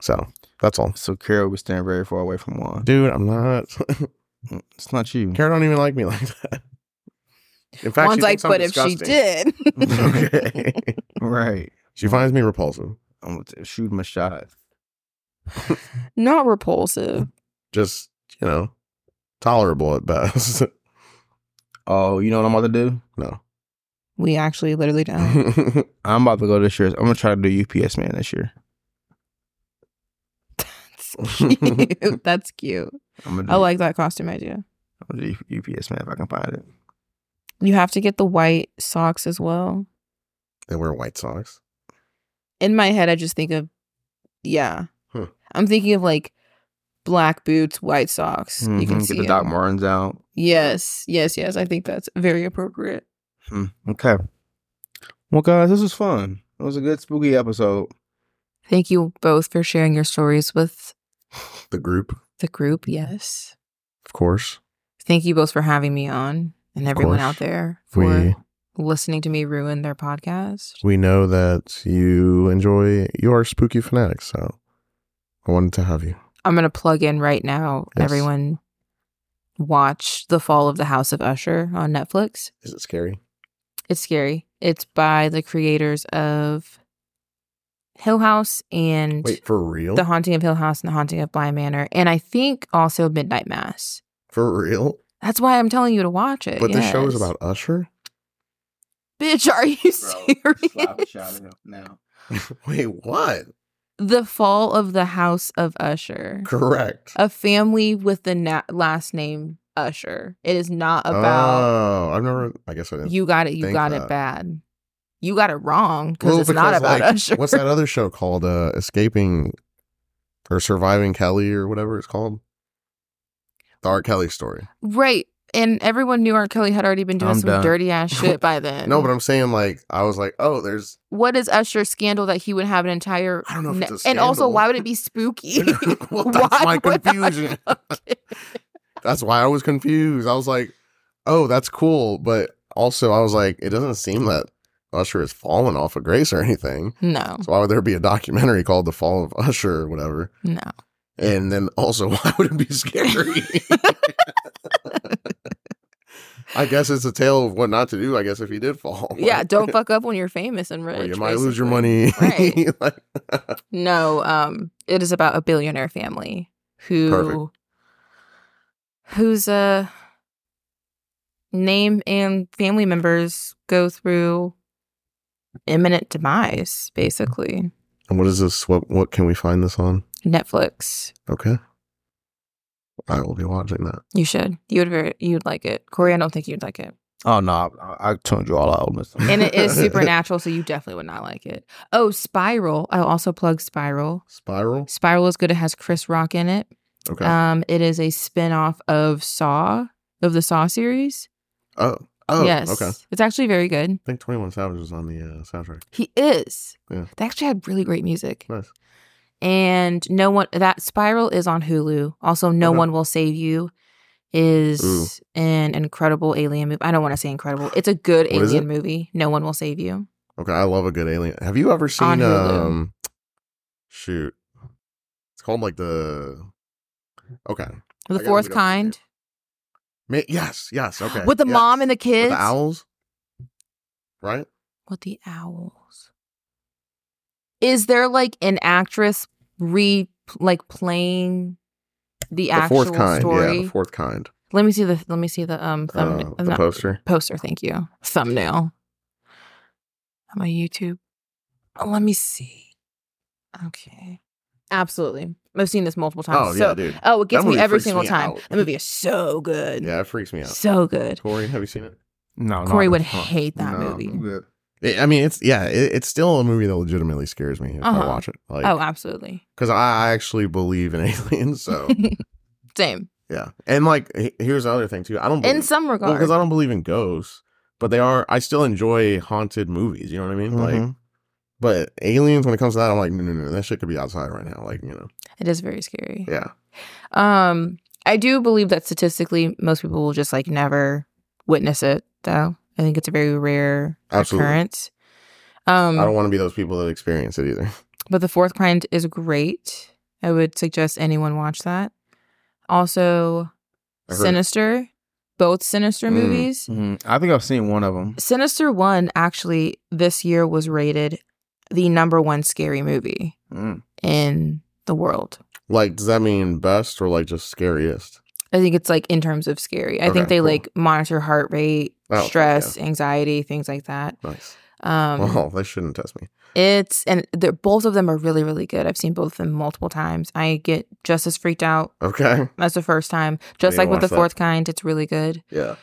Speaker 1: So that's all,
Speaker 2: So Carol was standing very far away from Juan.
Speaker 1: dude. I'm not.
Speaker 2: It's not you.
Speaker 1: Kara don't even like me like that. In fact,
Speaker 3: Juan's
Speaker 1: she
Speaker 3: like,
Speaker 1: thinks I'm
Speaker 3: but if she
Speaker 1: disgusting."
Speaker 3: did,
Speaker 1: okay,
Speaker 2: right.
Speaker 1: she finds me repulsive.
Speaker 2: I'm gonna t- shoot my shot.
Speaker 3: not repulsive.
Speaker 1: Just you know, tolerable at best.
Speaker 2: Oh, you know what I'm about to do?
Speaker 1: no.
Speaker 3: We actually literally don't.
Speaker 2: I'm about to go this year. I'm gonna try to do UPS man this year.
Speaker 3: That's cute. That's cute.
Speaker 2: I'm gonna do,
Speaker 3: Oh, I like that costume idea.
Speaker 2: I'm gonna do UPS man if I can find it.
Speaker 3: You have to get the white socks as well.
Speaker 1: they wear white socks.
Speaker 3: In my head, I just think of, yeah.
Speaker 1: Huh.
Speaker 3: I'm thinking of like black boots, white socks. You
Speaker 1: Mm-hmm,
Speaker 3: can
Speaker 2: Mhm,
Speaker 3: see
Speaker 2: get the
Speaker 3: 'em.
Speaker 2: Doc Martens out.
Speaker 3: Yes, yes, yes. I think that's very appropriate.
Speaker 2: Hmm, Okay. Well, guys, this was fun. It was a good spooky episode.
Speaker 3: Thank you both for sharing your stories with
Speaker 1: The group,
Speaker 3: the group. Yes.
Speaker 1: of course.
Speaker 3: Thank you both for having me on and everyone
Speaker 1: course.
Speaker 3: out there for
Speaker 1: We
Speaker 3: listening to me ruin their podcast.
Speaker 1: we know that you enjoy you are spooky fanatics, so I wanted to have you.
Speaker 3: I'm gonna plug in right now.
Speaker 1: Yes.
Speaker 3: Everyone, watch The Fall of the House of Usher on Netflix.
Speaker 1: Is it scary?
Speaker 3: It's scary. It's by the creators of Hill House and
Speaker 1: Wait, for real?
Speaker 3: The Haunting of Hill House and The Haunting of Bly Manor, and I think also Midnight Mass.
Speaker 1: for real?
Speaker 3: That's why I'm telling you to watch it.
Speaker 1: But this show is
Speaker 3: Uh, yes.
Speaker 1: about Usher?
Speaker 3: Bitch, are you serious?
Speaker 2: now.
Speaker 1: Wait, what?
Speaker 3: Uh, The Fall of the House of Usher.
Speaker 1: Correct.
Speaker 3: A family with the na- last name Usher. It is not about
Speaker 1: Oh, I've never I guess I didn't.
Speaker 3: You got it. You
Speaker 1: think
Speaker 3: got
Speaker 1: that.
Speaker 3: it bad. You got it wrong because
Speaker 1: Well,
Speaker 3: it's not
Speaker 1: because,
Speaker 3: about
Speaker 1: like,
Speaker 3: Usher.
Speaker 1: What's that other show called? Uh Escaping or Surviving Kelly or whatever it's called? The R. Kelly story.
Speaker 3: Right. And everyone knew R. Kelly had already been doing
Speaker 2: I'm
Speaker 3: some
Speaker 2: done.
Speaker 3: dirty ass shit by then.
Speaker 1: No, but I'm saying like I was like, oh, there's
Speaker 3: what is Usher's scandal that he would have an entire?
Speaker 1: I don't know if
Speaker 3: ne-
Speaker 1: it's a
Speaker 3: and also,
Speaker 1: scandal.
Speaker 3: why would it be spooky?
Speaker 1: well, that's my
Speaker 3: Why would I-
Speaker 1: confusion. that's why I was confused. I was like, oh, that's cool. But also, I was like, it doesn't seem that Usher has fallen off of grace or anything.
Speaker 3: no,
Speaker 1: So why would there be a documentary called The Fall of Usher or whatever?
Speaker 3: no.
Speaker 1: And then also, why would it be scary? I guess it's a tale of what not to do. I guess if he did fall,
Speaker 3: Yeah,
Speaker 1: Like,
Speaker 3: don't fuck up when you're famous and rich.
Speaker 1: or you might lose your
Speaker 3: basically.
Speaker 1: money.
Speaker 3: Right.
Speaker 1: Like,
Speaker 3: No, um, it is about a billionaire family who
Speaker 1: Perfect.
Speaker 3: whose uh name and family members go through imminent demise, basically.
Speaker 1: and what is this? What what can we find this on?
Speaker 3: Netflix.
Speaker 1: Okay. I will be watching that.
Speaker 3: You should. You would very you'd like it. Corey, I don't think you'd like it.
Speaker 2: Oh no, I, I tuned you all out. Miss.
Speaker 3: And it is supernatural, so you definitely would not like it. Oh, Spiral. I'll also plug Spiral.
Speaker 1: Spiral.
Speaker 3: Spiral is good. It has Chris Rock in it. uh,
Speaker 1: Okay.
Speaker 3: Um, it is a spin-off of Saw, of the Saw series.
Speaker 1: oh, Oh,
Speaker 3: yes.
Speaker 1: okay. I
Speaker 3: It's actually very good.
Speaker 1: think 21 Savage was on the uh, soundtrack.
Speaker 3: He is.
Speaker 1: Yeah.
Speaker 3: They actually had really great music.
Speaker 1: Nice.
Speaker 3: And no one that Spiral is on Hulu. Also, No
Speaker 1: Okay.
Speaker 3: One Will Save You is an incredible alien movie. I don't want to say incredible. It's a good
Speaker 1: What is
Speaker 3: alien
Speaker 1: it?
Speaker 3: movie. No One Will Save You.
Speaker 1: Okay, I love a good alien. Have you ever seen
Speaker 3: Hulu.
Speaker 1: um shoot. It's called like the Okay.
Speaker 3: The
Speaker 1: gotta
Speaker 3: Fourth
Speaker 1: look it up right
Speaker 3: Kind.
Speaker 1: Ma- yes, yes, okay.
Speaker 3: With the
Speaker 1: yes.
Speaker 3: mom and the kids.
Speaker 1: With the owls? Right?
Speaker 3: With the owls. Is there like an actress re like playing the,
Speaker 1: the
Speaker 3: actual
Speaker 1: fourth kind.
Speaker 3: story?
Speaker 1: Yeah, the fourth kind.
Speaker 3: Let me see the let me see the um
Speaker 1: Uh,
Speaker 3: thumbnail.
Speaker 1: the poster.
Speaker 3: poster. Thank you. Thumbnail. I'm a YouTube. Oh, let me see. Okay. Absolutely. I've seen this multiple times.
Speaker 1: Oh,
Speaker 3: so,
Speaker 1: yeah, dude.
Speaker 3: Oh, it gets
Speaker 1: That
Speaker 3: me
Speaker 1: movie
Speaker 3: every
Speaker 1: freaks
Speaker 3: single
Speaker 1: me
Speaker 3: time.
Speaker 1: out.
Speaker 3: That movie is so good.
Speaker 1: Yeah, it freaks me out.
Speaker 3: So good.
Speaker 1: Corey, have you seen it?
Speaker 2: No,
Speaker 3: Corey
Speaker 2: no,
Speaker 3: would
Speaker 2: no.
Speaker 3: hate that
Speaker 2: No,
Speaker 3: movie.
Speaker 2: I'm good.
Speaker 1: I- I mean, it's yeah, it, it's still a movie that legitimately scares me if
Speaker 3: Uh-huh.
Speaker 1: I watch it. Like,
Speaker 3: oh, absolutely.
Speaker 1: because I, I actually believe in aliens. So
Speaker 3: Same.
Speaker 1: yeah, and like he- here's the other thing too. I don't
Speaker 3: In
Speaker 1: believe,
Speaker 3: some
Speaker 1: well,
Speaker 3: regard.
Speaker 1: 'cause I don't believe in ghosts, but they are. I still enjoy haunted movies. You know what I mean?
Speaker 3: Mm-hmm.
Speaker 1: Like,
Speaker 2: Mhm.
Speaker 1: but aliens when it comes to that, I'm like, no, no, no, that shit could be outside right now. Like, you know,
Speaker 3: it is very scary.
Speaker 1: yeah,
Speaker 3: Um, I do believe that statistically, most people will just like never witness it. Though I think it's a very rare
Speaker 1: Absolutely.
Speaker 3: occurrence. Um,
Speaker 1: I don't want to be those people that experience it either.
Speaker 3: but the fourth kind is great. I would suggest anyone watch that. Also,
Speaker 1: I heard-
Speaker 3: Sinister, both Sinister
Speaker 1: Mm.
Speaker 3: movies.
Speaker 2: Mhm. I think I've seen one of them.
Speaker 3: Sinister One actually this year was rated the number one scary movie
Speaker 2: Mm,
Speaker 3: in the world.
Speaker 1: Like, does that mean best or like just scariest?
Speaker 3: I think it's like in terms of scary. I think
Speaker 1: Okay,
Speaker 3: they
Speaker 1: cool.
Speaker 3: like monitor heart rate,
Speaker 1: Oh, okay,
Speaker 3: stress, anxiety, things like that.
Speaker 1: Nice.
Speaker 3: Um,
Speaker 1: well, they shouldn't test me.
Speaker 3: It's and they're, both of them are really really good. I've seen both of them multiple times. I get just as freaked out
Speaker 1: Okay.
Speaker 3: as the first time. Just
Speaker 1: need
Speaker 3: like
Speaker 1: to
Speaker 3: with the
Speaker 1: watch that.
Speaker 3: fourth kind, it's really good.
Speaker 1: Yeah.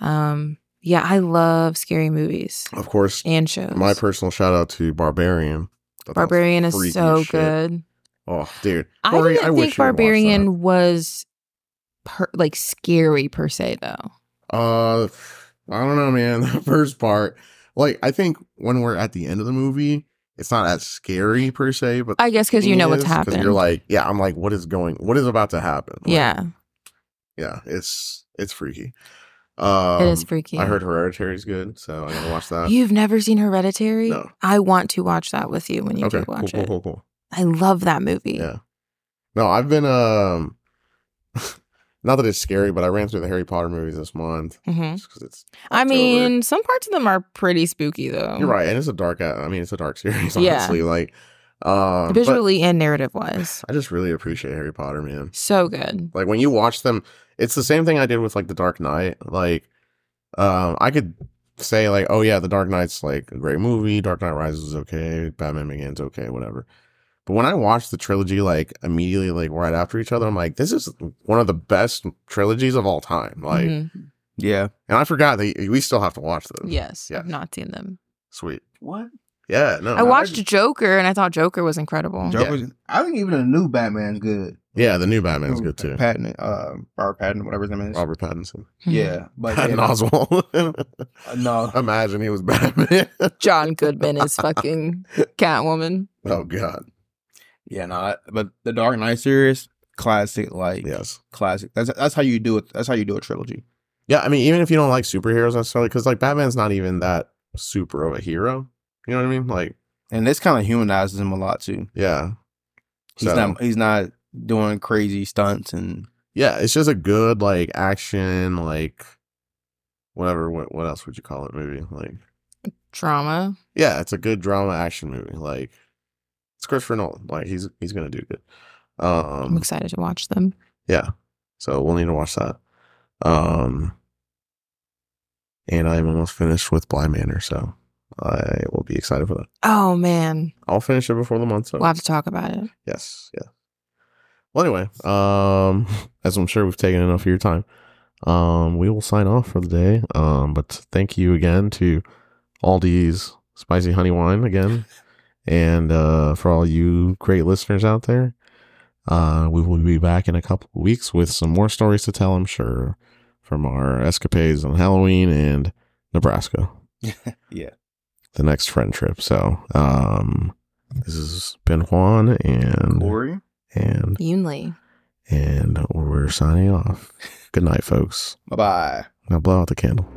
Speaker 3: Um, yeah, I love scary movies
Speaker 1: Of course.
Speaker 3: and shows.
Speaker 1: My personal shout out to Barbarian. I thought that was
Speaker 3: Barbarian is
Speaker 1: freaky
Speaker 3: so
Speaker 1: as shit.
Speaker 3: good.
Speaker 1: Oh, dude.
Speaker 3: I
Speaker 1: Corey,
Speaker 3: didn't
Speaker 1: I wish you would
Speaker 3: think
Speaker 1: watch that.
Speaker 3: Barbarian was per, like scary per se though.
Speaker 1: Uh, I don't know, man. The first part, like, I think when we're at the end of the movie, it's not as scary per se, but
Speaker 3: I guess because you
Speaker 1: thing
Speaker 3: know what's
Speaker 1: is, 'cause
Speaker 3: happened.
Speaker 1: You're like, yeah, I'm like, what is going, what is about to happen? Like,
Speaker 3: yeah,
Speaker 1: yeah, it's it's freaky. Um,
Speaker 3: it is freaky.
Speaker 1: I heard Hereditary is good, so I gotta watch that.
Speaker 3: You've never seen Hereditary?
Speaker 1: No.
Speaker 3: I want to watch that with you when you
Speaker 1: okay,
Speaker 3: do
Speaker 1: cool,
Speaker 3: watch
Speaker 1: cool,
Speaker 3: it.
Speaker 1: cool, cool.
Speaker 3: I love that movie.
Speaker 1: Yeah. No, I've been um, not that it's scary, but I ran through the Harry Potter movies this month
Speaker 3: hmm
Speaker 1: just 'cause it's
Speaker 3: I
Speaker 1: October.
Speaker 3: mean, some parts of them are pretty spooky though.
Speaker 1: You're right, and it's a dark. I mean, it's a dark series.
Speaker 3: Oh. Yeah.
Speaker 1: Honestly, like, um, but
Speaker 3: Visually and narrative wise.
Speaker 1: I just really appreciate Harry Potter, man.
Speaker 3: So good.
Speaker 1: Like when you watch them, it's the same thing I did with like The Dark Knight. Like, um, I could say like, oh yeah, The Dark Knight's like a great movie. Dark Knight Rises is okay. Batman Begins okay, whatever. But when I watched the trilogy like immediately, like right after each other, I'm like, this is one of the best trilogies of all time. Like,
Speaker 3: Mhm.
Speaker 2: Yeah.
Speaker 1: and I forgot that we still have to watch them.
Speaker 3: Yes.
Speaker 1: Yeah.
Speaker 3: I've not seen them.
Speaker 1: Sweet. What? Yeah. No.
Speaker 3: I watched Joker and I thought Joker was incredible.
Speaker 2: Joker's, I think even a new Batman's good.
Speaker 1: Yeah, the new Batman's good too.
Speaker 2: Patton, uh, Robert Patton, whatever his name is.
Speaker 1: Robert Pattinson.
Speaker 3: Mhm.
Speaker 2: Yeah, but
Speaker 1: Patton Oswald.
Speaker 2: uh, no,
Speaker 1: Imagine he was Batman.
Speaker 3: John Goodman is fucking Catwoman.
Speaker 1: oh God.
Speaker 2: yeah, no. that- But the Dark Knight series, classic, like
Speaker 1: Yes.
Speaker 2: classic. That's that's how you do it. That's how you do a trilogy.
Speaker 1: Yeah, I mean, even if you don't like superheroes necessarily, because like Batman's not even that super of a hero. You know what I mean? Like,
Speaker 2: And this kind of humanizes him a lot too.
Speaker 1: yeah.
Speaker 2: He's
Speaker 1: So-
Speaker 2: not he's not doing crazy stunts and
Speaker 1: Yeah, it's just a good like action, like whatever. What what else would you call it? Movie like
Speaker 3: Drama.
Speaker 1: yeah, it's a good drama action movie. Like it's Christopher Nolan. Like he's he's gonna do good.
Speaker 3: I'm
Speaker 1: Um,
Speaker 3: excited to watch them.
Speaker 1: Yeah. So we'll need to watch that. Um and I'm almost finished with Blind Manor, so I will be excited for that.
Speaker 3: Oh man.
Speaker 1: I'll finish it before the month. So
Speaker 3: We'll have to talk about it.
Speaker 1: yes, yeah. Well anyway, um as I'm sure we've taken enough of your time. Um we will sign off for the day. Um but thank you again to Aldi's spicy honey wine again. And uh for all you great listeners out there. Uh, we will be back in a couple of weeks with some more stories to tell, I'm sure. from our escapades on Halloween and Nebraska,
Speaker 2: yeah.
Speaker 1: the next friend trip. So, um, this has been Juan and
Speaker 2: Glory.
Speaker 1: and
Speaker 3: Yunli.
Speaker 1: and we're signing off. Good night, folks.
Speaker 2: Bye bye.
Speaker 1: Now blow out the candle.